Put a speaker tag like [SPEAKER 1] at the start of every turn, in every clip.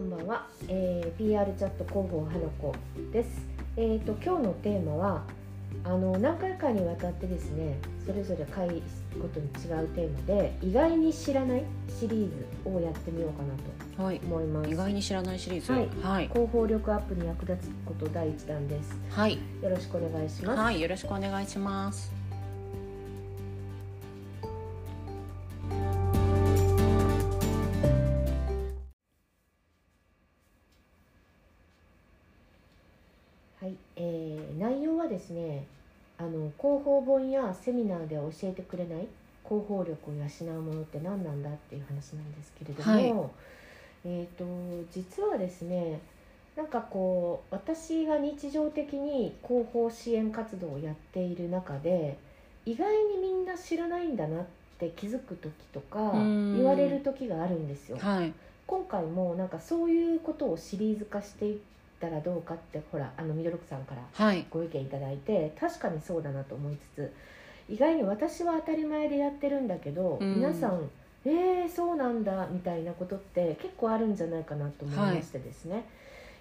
[SPEAKER 1] んは、えー PR チャット広報花子です。えっ、と今日のテーマはあの何回かにわたってですね、それぞれ回ごとに違うテーマで意外に知らないシリーズをやってみようかなと
[SPEAKER 2] はい。
[SPEAKER 1] 思います。
[SPEAKER 2] 意外に知らないシリーズ。
[SPEAKER 1] は
[SPEAKER 2] はいい。はい。
[SPEAKER 1] 広報力アップに役立つこと第一弾です。
[SPEAKER 2] はい。
[SPEAKER 1] よろしくお願いします。
[SPEAKER 2] よろしくお願いします。
[SPEAKER 1] はい、えー内容はですねあの広報本やセミナーでは教えてくれない広報力を養うものって何なんだっていう話なんですけれども、
[SPEAKER 2] はい
[SPEAKER 1] えー、と実はですねなんかこう私が日常的に広報支援活動をやっている中で意外にみんな知らないんだなって気づく時とか
[SPEAKER 2] うん
[SPEAKER 1] 言われる時があるんですよ。
[SPEAKER 2] はい。
[SPEAKER 1] 今回もなんかそういうことをシリーズ化していったらどうかってほらあのミドルクさんから
[SPEAKER 2] はい。
[SPEAKER 1] ご意見いただいて確かにそうだなと思いつつ意外に私は当たり前でやってるんだけど、
[SPEAKER 2] うん
[SPEAKER 1] 皆さんえー、そうなんだみたいなことって結構あるんじゃないかなと思いましてですね、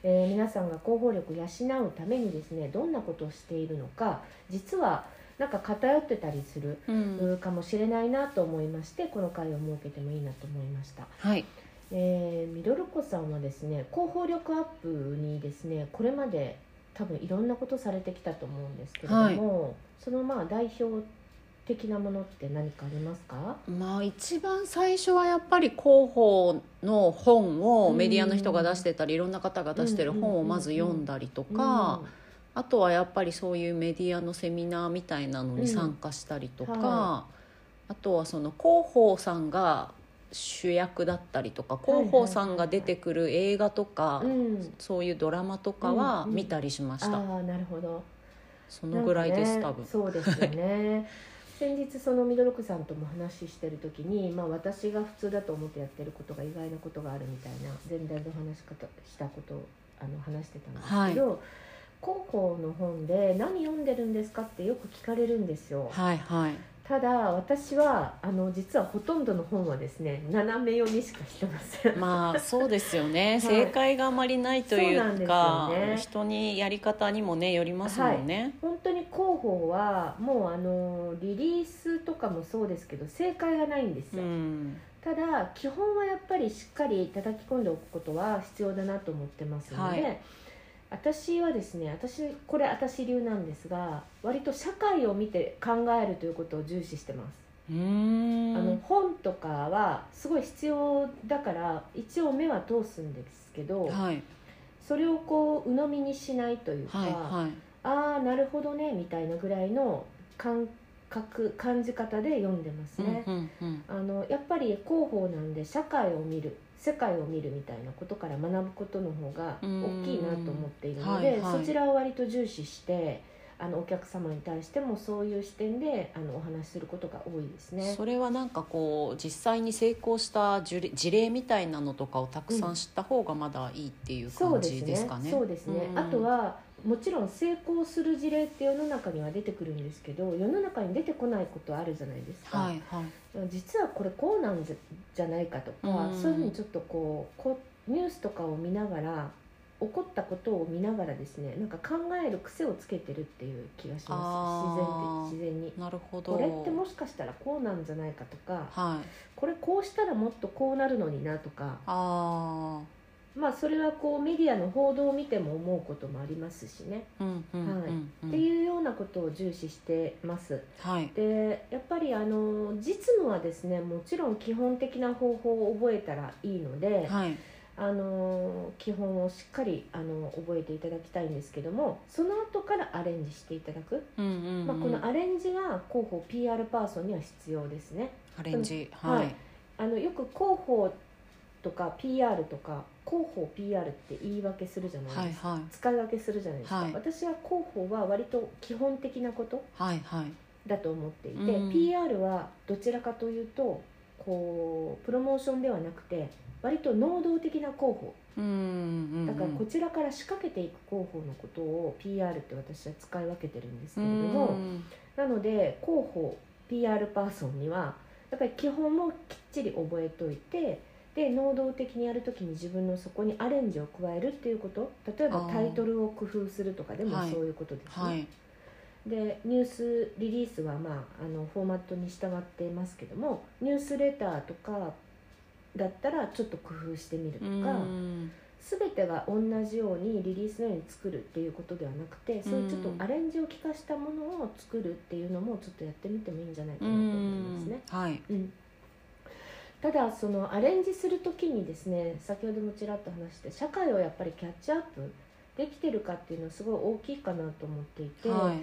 [SPEAKER 1] えー皆さんが広報力を養うためにですねどんなことをしているのか実はなんか偏ってたりする
[SPEAKER 2] うん。
[SPEAKER 1] かもしれないなと思いましてこの回を設けてもいいなと思いました。
[SPEAKER 2] はい。
[SPEAKER 1] えー、みどるこさんはですね広報力アップにですねこれまで多分いろんなことされてきたと思うんですけれども、そのまあ代表的なものって何かありますか
[SPEAKER 2] まあ一番最初はやっぱり広報の本をメディアの人が出してたり、いろんな方が出してる本をまず読んだりとか、あとはやっぱりそういうメディアのセミナーみたいなのに参加したりとか、
[SPEAKER 1] うんは
[SPEAKER 2] あとはその広報さんが主役だったりとか
[SPEAKER 1] いはいはい
[SPEAKER 2] 広報さんが出てくる映画とか、
[SPEAKER 1] うん、うん、
[SPEAKER 2] そういうドラマとかは見たりしま
[SPEAKER 1] あ
[SPEAKER 2] した、
[SPEAKER 1] あなるほど
[SPEAKER 2] そのぐらいです、
[SPEAKER 1] な
[SPEAKER 2] 多
[SPEAKER 1] んかね
[SPEAKER 2] 分
[SPEAKER 1] そうですよね 先日そのミドルクさんとも話してる時に、まあ、私が普通だと思ってやってることが意外なことがあるみたいな前段でお話し方したことをあの話してたんですけど、高校の本で「何読んでるんですか?」ってよく聞かれるんですよ。
[SPEAKER 2] はいはい
[SPEAKER 1] ただ私はあの実はほとんどの本はですね斜め読みしかしてません。
[SPEAKER 2] ま あそうですよね、
[SPEAKER 1] い
[SPEAKER 2] 正解があまりないとい
[SPEAKER 1] そうなんです
[SPEAKER 2] うか
[SPEAKER 1] よね
[SPEAKER 2] 人にやり方にもねよりますもんね、
[SPEAKER 1] 本当に広報はもうあのリリースとかもそうですけど正解がないんですよ。
[SPEAKER 2] うん
[SPEAKER 1] ただ基本はやっぱりしっかり叩き込んでおくことは必要だなと思ってますので、
[SPEAKER 2] は
[SPEAKER 1] 私はですね私これ私流なんですが割と社会を見て考えるということを重視してます、
[SPEAKER 2] うーん
[SPEAKER 1] あの本とかはすごい必要だから一応目は通すんですけど、
[SPEAKER 2] はい
[SPEAKER 1] それをこう鵜呑みにしないというか、
[SPEAKER 2] はいはい
[SPEAKER 1] ああなるほどねみたいなぐらいの感覚感じ方で読んでますね。
[SPEAKER 2] うんうんうん
[SPEAKER 1] あのやっぱり広報なんで社会を見る世界を見るみたいなことから学ぶことの方が
[SPEAKER 2] う
[SPEAKER 1] 大
[SPEAKER 2] ーん
[SPEAKER 1] きいなと思っているので、
[SPEAKER 2] はいはい
[SPEAKER 1] そちらを割と重視してあのお客様に対してもそういう視点であのお話しすることが多いですね。
[SPEAKER 2] それはなんかこう実際に成功した事例事例みたいなのとかをたくさん知った方がまだいいっていう
[SPEAKER 1] そう
[SPEAKER 2] 感
[SPEAKER 1] です
[SPEAKER 2] じ
[SPEAKER 1] ね
[SPEAKER 2] ですかね。
[SPEAKER 1] そうですね、
[SPEAKER 2] うん
[SPEAKER 1] あとはもちろん成功する事例って世の中には出てくるんですけど世の中に出てこないことあるじゃないですか、
[SPEAKER 2] はいはい
[SPEAKER 1] 実はこれこうなんじゃじゃないかとか、
[SPEAKER 2] うん
[SPEAKER 1] そういうふうにちょっとこうこうニュースとかを見ながら起こったことを見ながらですねなんか考える癖をつけてるっていう気がしま
[SPEAKER 2] あー
[SPEAKER 1] す自然で自然に。
[SPEAKER 2] なるほど。
[SPEAKER 1] これってもしかしたらこうなんじゃないかとか
[SPEAKER 2] はい
[SPEAKER 1] これこうしたらもっとこうなるのになとか
[SPEAKER 2] あ
[SPEAKER 1] まあそれはこうメディアの報道を見ても思うこともありますしね、
[SPEAKER 2] あうんうんうんうん、
[SPEAKER 1] っていうようなことを重視してます。
[SPEAKER 2] はい
[SPEAKER 1] でやっぱりあの実務はですねもちろん基本的な方法を覚えたらいいので、
[SPEAKER 2] はい
[SPEAKER 1] あの基本をしっかりあの覚えていただきたいんですけどもその後からアレンジしていただく、
[SPEAKER 2] うんうんうん
[SPEAKER 1] まあ、このアレンジが広報 PR パーソンには必要ですね
[SPEAKER 2] アレンジ
[SPEAKER 1] は
[SPEAKER 2] はいい、
[SPEAKER 1] あのよく広報とか PR とか広報 PR って言い訳するじゃない
[SPEAKER 2] は
[SPEAKER 1] で
[SPEAKER 2] い
[SPEAKER 1] すか、
[SPEAKER 2] はい
[SPEAKER 1] 使い分けするじゃないですか、
[SPEAKER 2] はい
[SPEAKER 1] 私は広報は割と基本的なこと
[SPEAKER 2] はいはい
[SPEAKER 1] だと思っていて、
[SPEAKER 2] うん
[SPEAKER 1] PR はどちらかというとこうプロモーションではなくて割と能動的な広報
[SPEAKER 2] うんうんうん
[SPEAKER 1] だからこちらから仕掛けていく広報のことを PR って私は使い分けてるんですけれども、
[SPEAKER 2] うん
[SPEAKER 1] なので広報 PR パーソンにはやっぱり基本もきっちり覚えといてで能動的にやるときに自分のそこにアレンジを加えるっていうこと例えば
[SPEAKER 2] あー
[SPEAKER 1] タイトルを工夫するとかでも
[SPEAKER 2] はい
[SPEAKER 1] そういうことですね、
[SPEAKER 2] はい
[SPEAKER 1] でニュースリリースは、まあ、あのフォーマットに従っていますけどもニュースレターとかだったらちょっと工夫してみると
[SPEAKER 2] う
[SPEAKER 1] か
[SPEAKER 2] ん
[SPEAKER 1] 全てが同じようにリリースのように作るっていうことではなくてそういうちょっとアレンジを効かしたものを作るっていうのもちょっとやってみてもいいんじゃないか
[SPEAKER 2] う
[SPEAKER 1] なと思いますね
[SPEAKER 2] ん。はい
[SPEAKER 1] うんただそのアレンジする時にですね先ほどもちらっと話して社会をやっぱりキャッチアップできてるかっていうのはすごい大きいかなと思っていて、
[SPEAKER 2] はい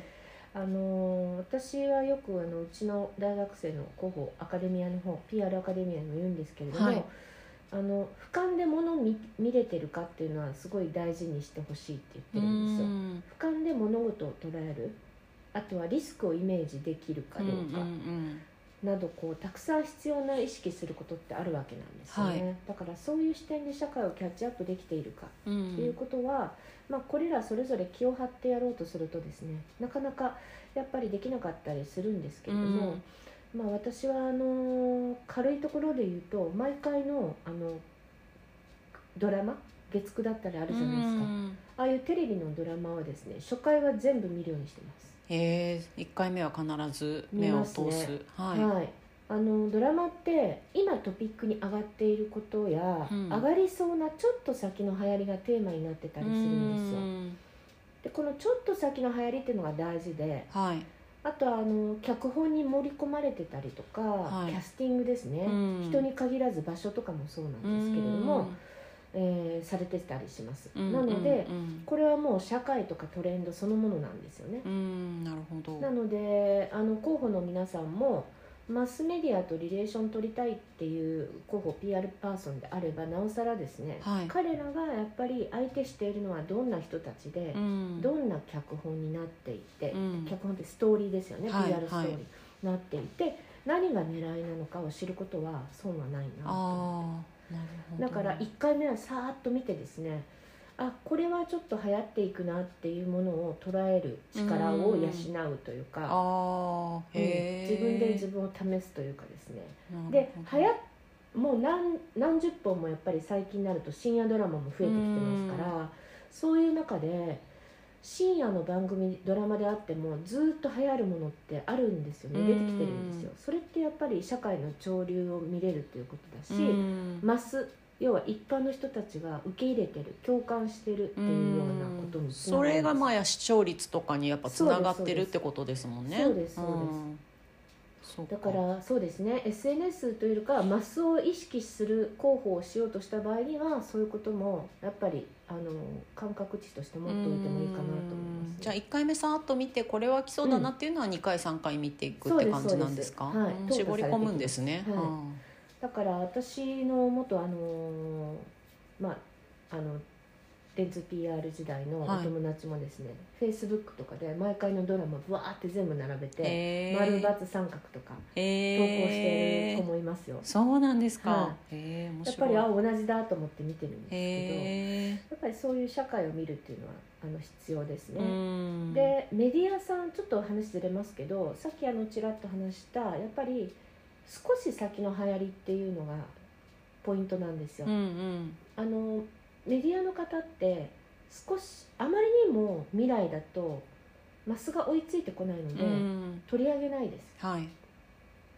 [SPEAKER 1] あのー私はよくあのうちの大学生の広報アカデミアの方 PR アカデミアにも言うんですけれども、
[SPEAKER 2] はい
[SPEAKER 1] あの俯瞰で物を見見れてるかっていうのはすごい大事にしてほしいって言ってるんですよ
[SPEAKER 2] ん
[SPEAKER 1] 俯瞰で物事を捉えるあとはリスクをイメージできるかどうか、
[SPEAKER 2] うん
[SPEAKER 1] などこうたくさん必要な意識することってあるわけなんですよね、だからそういう視点で社会をキャッチアップできているか
[SPEAKER 2] うんうん
[SPEAKER 1] ということは、まあ、これらそれぞれ気を張ってやろうとするとですねなかなかやっぱりできなかったりするんですけれども、まあ、私はあの軽いところで言うと毎回のあのドラマ月9だったりあるじゃないですか、
[SPEAKER 2] うん
[SPEAKER 1] ああいうテレビのドラマはですね初回は全部見るようにしてます。
[SPEAKER 2] えー、一回目は必ず目を通
[SPEAKER 1] 見ますすね
[SPEAKER 2] はい、
[SPEAKER 1] はい、あのドラマって今トピックに上がっていることや、
[SPEAKER 2] うん
[SPEAKER 1] 上がりそうなちょっと先の流行りがテーマになってたりするんですよでこのちょっと先の流行りっていうのが大事で
[SPEAKER 2] うんはい、
[SPEAKER 1] あとはあの脚本に盛り込まれてたりとか、
[SPEAKER 2] はい
[SPEAKER 1] キャスティングですね、
[SPEAKER 2] うん
[SPEAKER 1] 人に限らず場所とかもそうなんですけれども、えーされてたりします、
[SPEAKER 2] うん
[SPEAKER 1] なので、
[SPEAKER 2] うん
[SPEAKER 1] これはもう社会とかトレンドそのものなんですよね
[SPEAKER 2] うんうんなるほど
[SPEAKER 1] なのであの候補の皆さんもマスメディアとリレーション取りたいっていう候補 PR パーソンであればなおさらですね、
[SPEAKER 2] はい
[SPEAKER 1] 彼らがやっぱり相手しているのはどんな人たちで
[SPEAKER 2] う、ん
[SPEAKER 1] どんな脚本になっていて、
[SPEAKER 2] うん
[SPEAKER 1] 脚本ってストーリーですよね、
[SPEAKER 2] はい
[SPEAKER 1] PR ストーリー
[SPEAKER 2] はい
[SPEAKER 1] になっていて何が狙いなのかを知ることは損はないなと思って
[SPEAKER 2] ああなるほど
[SPEAKER 1] だから1回目はさーっと見てですねあこれはちょっと流行っていくなっていうものを捉える力を養うという
[SPEAKER 2] あ
[SPEAKER 1] か、
[SPEAKER 2] あ
[SPEAKER 1] うん
[SPEAKER 2] へえ、
[SPEAKER 1] 自分で自分を試すというかですね
[SPEAKER 2] なるほ
[SPEAKER 1] で流
[SPEAKER 2] ど
[SPEAKER 1] 行っもう何何十本もやっぱり最近になると深夜ドラマも増えてきてますから、そういう中で深夜の番組ドラマであってもずっと流行るものってあるんですよね出てきてるんですよそれってやっぱり社会の潮流を見れるということだし、
[SPEAKER 2] うん
[SPEAKER 1] マス要は一般の人たちが受け入れてる共感してるっていうようなことにつな
[SPEAKER 2] そ
[SPEAKER 1] がるんです
[SPEAKER 2] れがまあ視聴率とかにやっぱつながってるってことですもんね
[SPEAKER 1] そうですそうです
[SPEAKER 2] んそう
[SPEAKER 1] だからそうですね SNS というよりかはマスを意識する広報をしようとした場合にはそういうこともやっぱりあの感覚値として持っておいてもいいかなと思います、
[SPEAKER 2] うんじゃあ1回目さーっと見てこれは来そうだなっていうのは2回3回見ていく
[SPEAKER 1] そ
[SPEAKER 2] っ
[SPEAKER 1] う
[SPEAKER 2] て
[SPEAKER 1] です
[SPEAKER 2] 感じなんですか
[SPEAKER 1] そうですはい
[SPEAKER 2] うん
[SPEAKER 1] 淘汰
[SPEAKER 2] 絞り込むんですね
[SPEAKER 1] されていきまだから私の元あのまああの電通 PR 時代のお友達もですね、Facebook とかで毎回のドラマぶわーって全部並べて、
[SPEAKER 2] え
[SPEAKER 1] 丸×三角とか投稿している子もいますよ、
[SPEAKER 2] そうなんです
[SPEAKER 1] は
[SPEAKER 2] かええ
[SPEAKER 1] や
[SPEAKER 2] 面
[SPEAKER 1] っぱ
[SPEAKER 2] 白い
[SPEAKER 1] りあ同じだと思って見てるんですけど、
[SPEAKER 2] へ
[SPEAKER 1] やっぱりそういう社会を見るっていうのはあの必要です
[SPEAKER 2] え
[SPEAKER 1] ね、
[SPEAKER 2] うん
[SPEAKER 1] でメディアさんちょっと話ずれますけどさっきあのちらっと話したやっぱり少し先の流行りっていうのがポイントなんですよ、
[SPEAKER 2] うんうん
[SPEAKER 1] あのメディアの方って少しあまりにも未来だとマスが追いついてこないので、
[SPEAKER 2] うん
[SPEAKER 1] 取り上げないです
[SPEAKER 2] はい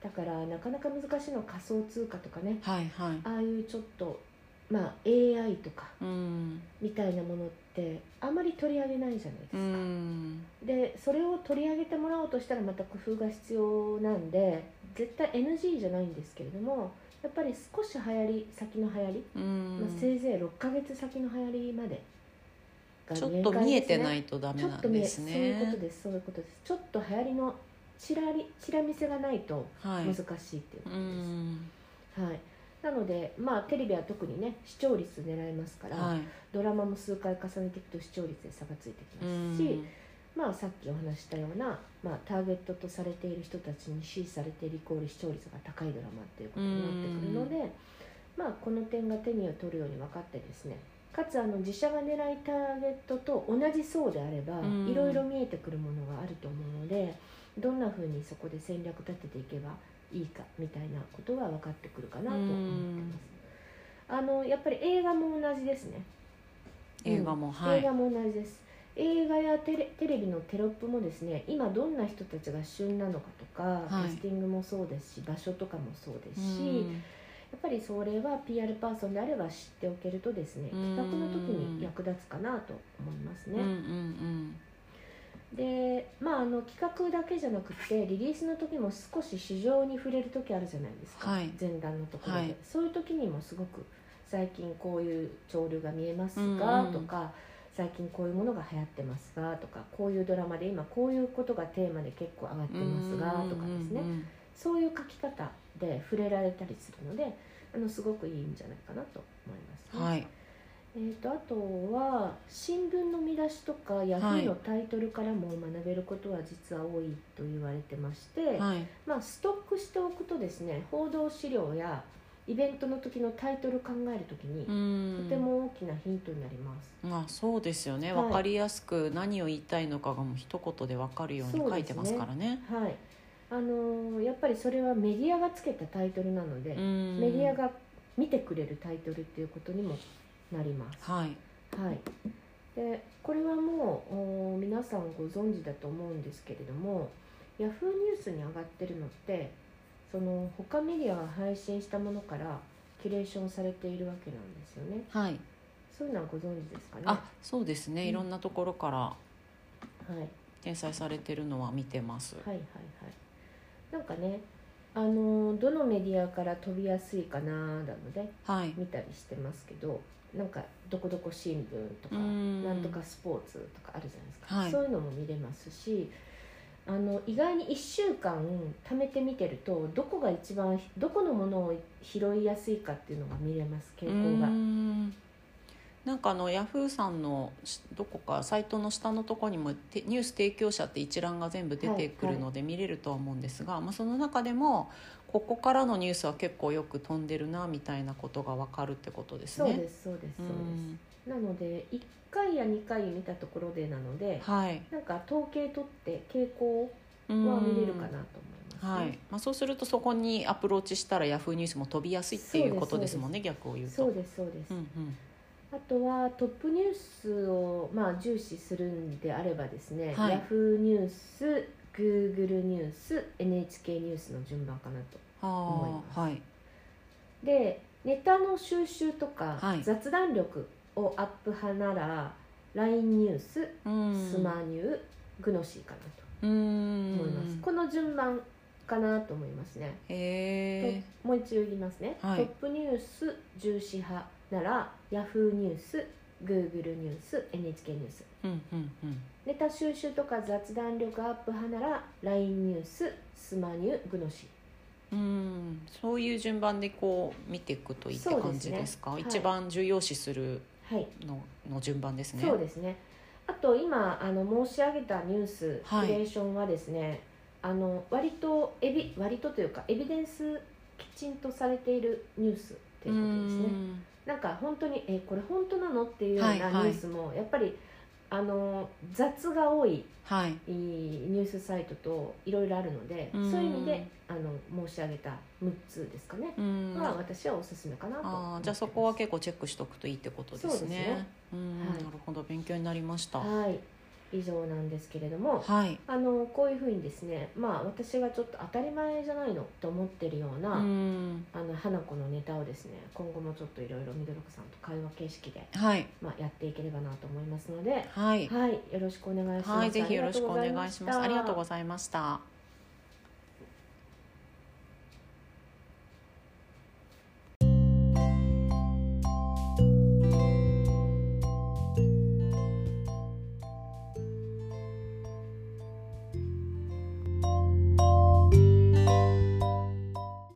[SPEAKER 1] だからなかなか難しいのは仮想通貨とかね
[SPEAKER 2] はいはい
[SPEAKER 1] ああいうちょっとまあ AI とか
[SPEAKER 2] うん
[SPEAKER 1] みたいなものってあんまり取り上げないじゃないですか、
[SPEAKER 2] うん
[SPEAKER 1] でそれを取り上げてもらおうとしたらまた工夫が必要なんで絶対 NG じゃないんですけれどもやっぱり少し流行り先の流行り、
[SPEAKER 2] うん
[SPEAKER 1] まあ、せいぜい6ヶ月先の流行りまでが
[SPEAKER 2] ちょっと見えてないいとダメ
[SPEAKER 1] ちょ
[SPEAKER 2] な
[SPEAKER 1] っ
[SPEAKER 2] ん
[SPEAKER 1] と見え
[SPEAKER 2] です
[SPEAKER 1] そう
[SPEAKER 2] ね
[SPEAKER 1] いうことですそういうことですちょっと流行りのちらりちら見せがないと
[SPEAKER 2] はい
[SPEAKER 1] 難しいっていうことで
[SPEAKER 2] う
[SPEAKER 1] す、
[SPEAKER 2] ん
[SPEAKER 1] はい、なのでまあテレビは特にね視聴率狙いますから、
[SPEAKER 2] はい
[SPEAKER 1] ドラマも数回重ねていくと視聴率で差がついてき
[SPEAKER 2] う
[SPEAKER 1] ますし、
[SPEAKER 2] ん
[SPEAKER 1] まあ、さっきお話ししたような、まあ、ターゲットとされている人たちに支持されているイコール視聴率が高いドラマっていうことになってくるので、まあ、この点が手に取るように分かってですねかつあの自社が狙いターゲットと同じ層であれば
[SPEAKER 2] うん
[SPEAKER 1] いろいろ見えてくるものがあると思うのでどんなふうにそこで戦略立てていけばいいかみたいなことは分かってくるかなと思ってます。あのやっぱり映画も同じですね、
[SPEAKER 2] 映画も、は
[SPEAKER 1] 映
[SPEAKER 2] い
[SPEAKER 1] 画も同じです映画やテレテレビのテロップもですね今どんな人たちが旬なのかとか、キャスティングもそうですし場所とかもそうですし、やっぱりそれは PR パーソンであれば知っておけるとですね企画の時に役立つかなと思います
[SPEAKER 2] うんうんう
[SPEAKER 1] ね。
[SPEAKER 2] ん
[SPEAKER 1] でまああの企画だけじゃなくてリリースの時も少し市場に触れる時あるじゃないですか、
[SPEAKER 2] はい
[SPEAKER 1] 前段のところで、
[SPEAKER 2] はい
[SPEAKER 1] そういう時にもすごく最近こういう潮流が見えます
[SPEAKER 2] う
[SPEAKER 1] が
[SPEAKER 2] んうん
[SPEAKER 1] とか最近こういうものが流行ってますがとかこういうドラマで今こういうことがテーマで結構上がってますがとかですね
[SPEAKER 2] うんうんうん
[SPEAKER 1] そういう書き方で触れられたりするのであのすごくいいんじゃないかなと思います、ね
[SPEAKER 2] はい
[SPEAKER 1] えー、とあとは新聞の見出しとかヤフーのタイトルからも学べることは実は多いと言われてまして、
[SPEAKER 2] はい
[SPEAKER 1] まあ、ストックしておくとですね報道資料やイベントの時のタイトル考える時に
[SPEAKER 2] う
[SPEAKER 1] と
[SPEAKER 2] ん
[SPEAKER 1] ても大きなヒントになります。
[SPEAKER 2] まあそうですよね
[SPEAKER 1] はい
[SPEAKER 2] わかりやすく何を言いたいのかがもう一言でわかるように書いてますからね
[SPEAKER 1] はいあのーやっぱりそれはメディアがつけたタイトルなので、メ
[SPEAKER 2] メ
[SPEAKER 1] ディアが見てくれるタイトルっていうことにもなります。
[SPEAKER 2] はい
[SPEAKER 1] はい、でこれはもうおー皆さんご存知だと思うんですけれどもヤフーニュースに上がってるのってその他メディアが配信したものからキュレーションされているわけなんですよね
[SPEAKER 2] はい
[SPEAKER 1] そういうのはご存知ですかね
[SPEAKER 2] あそうですね
[SPEAKER 1] うん
[SPEAKER 2] いろんなところから
[SPEAKER 1] はい、はい
[SPEAKER 2] 掲載されてるのは見てます
[SPEAKER 1] はいはいなんかねあのーどのメディアから飛びやすいかななので
[SPEAKER 2] はい
[SPEAKER 1] 見たりしてますけどなんか「どこどこ新聞」とか
[SPEAKER 2] うん
[SPEAKER 1] なんとかスポーツとかあるじゃないですか、
[SPEAKER 2] はい
[SPEAKER 1] そういうのも見れますしあの意外に1週間貯めてみてるとどこが一番どこのものを拾いやすいかっていうのが見れます傾向が
[SPEAKER 2] うー。んなんかあのヤフーさんのしどこかサイトの下のところにもてニュース提供者って一覧が全部出てくるので見れるとは思うんですが、まあ、その中でもここからのニュースは結構よく飛んでるなみたいなことが分かるってことです
[SPEAKER 1] そう
[SPEAKER 2] ね。
[SPEAKER 1] ですそうですそう
[SPEAKER 2] う
[SPEAKER 1] で
[SPEAKER 2] ん
[SPEAKER 1] すなので1回や2回見たところでなので
[SPEAKER 2] はい、
[SPEAKER 1] なんか統計取って傾向
[SPEAKER 2] うん
[SPEAKER 1] は見れるかなと思いますね、
[SPEAKER 2] はいまあ、そうするとそこにアプローチしたらヤフーニュースも飛びやすいっていうことですもんね逆を言うと。
[SPEAKER 1] そうですそうです、
[SPEAKER 2] うんうん
[SPEAKER 1] あとはトップニュースを、まあ、重視するんであればですね、
[SPEAKER 2] はい
[SPEAKER 1] ヤフーニュース Google ニュース NHK ニュースの順番かなと思
[SPEAKER 2] はい
[SPEAKER 1] ます
[SPEAKER 2] あはい
[SPEAKER 1] でネタの収集とか、
[SPEAKER 2] はい
[SPEAKER 1] 雑談力をアップ派なら LINE ニュース
[SPEAKER 2] うん
[SPEAKER 1] スマニューグノシーかな
[SPEAKER 2] う
[SPEAKER 1] と
[SPEAKER 2] ーん
[SPEAKER 1] 思います、この順番かなと思いますね、
[SPEAKER 2] へえ
[SPEAKER 1] ともう一度言いますね、
[SPEAKER 2] はい
[SPEAKER 1] トップニュース重視派ならヤフーニュース Google ニュース NHK ニュース
[SPEAKER 2] うんうんうん
[SPEAKER 1] ネタ収集とか雑談力アップ派なら LINE ニューススマニューグノシ
[SPEAKER 2] うん、そういう順番でこう見ていくといいって
[SPEAKER 1] そう
[SPEAKER 2] 感
[SPEAKER 1] です
[SPEAKER 2] じ
[SPEAKER 1] ね
[SPEAKER 2] ですか。
[SPEAKER 1] はい
[SPEAKER 2] 一番重要視する
[SPEAKER 1] ー、はい
[SPEAKER 2] のの順番ですね。
[SPEAKER 1] そうですねあと今あの申し上げたニュースキ
[SPEAKER 2] はい
[SPEAKER 1] ュレーションはですね、あの割とエビ割とというかエビデンスきちんとされているニュースっていうことですね
[SPEAKER 2] ん
[SPEAKER 1] なんか本当にえこれ本当なのっていうような
[SPEAKER 2] は
[SPEAKER 1] ニ
[SPEAKER 2] いはい
[SPEAKER 1] ュースも、やっぱりあの雑が多い
[SPEAKER 2] はい。
[SPEAKER 1] いいニュースサイトといろいろあるので、
[SPEAKER 2] うん
[SPEAKER 1] そういう意味であの申し上げた6つですかね
[SPEAKER 2] うん。
[SPEAKER 1] は私はおすすめかなと
[SPEAKER 2] あーじゃあそこは結構チェックしておくといいってことですね。
[SPEAKER 1] そうですね
[SPEAKER 2] うん、
[SPEAKER 1] はい
[SPEAKER 2] なるほど勉強になりました。は
[SPEAKER 1] はい以上なんですけれども
[SPEAKER 2] い。
[SPEAKER 1] あのこういうふうにですねまあ私がちょっと当たり前じゃないのと思ってるような、
[SPEAKER 2] うん。
[SPEAKER 1] あの花子のネタをですね今後もちょっといろいろみどろくさんと会話形式で、
[SPEAKER 2] はい
[SPEAKER 1] まあ、やっていければなと思いますので、
[SPEAKER 2] はい
[SPEAKER 1] はい、よろしくお願いします。
[SPEAKER 2] はいぜひよろしくお願いします。ありがと
[SPEAKER 1] ざいま
[SPEAKER 2] うございました。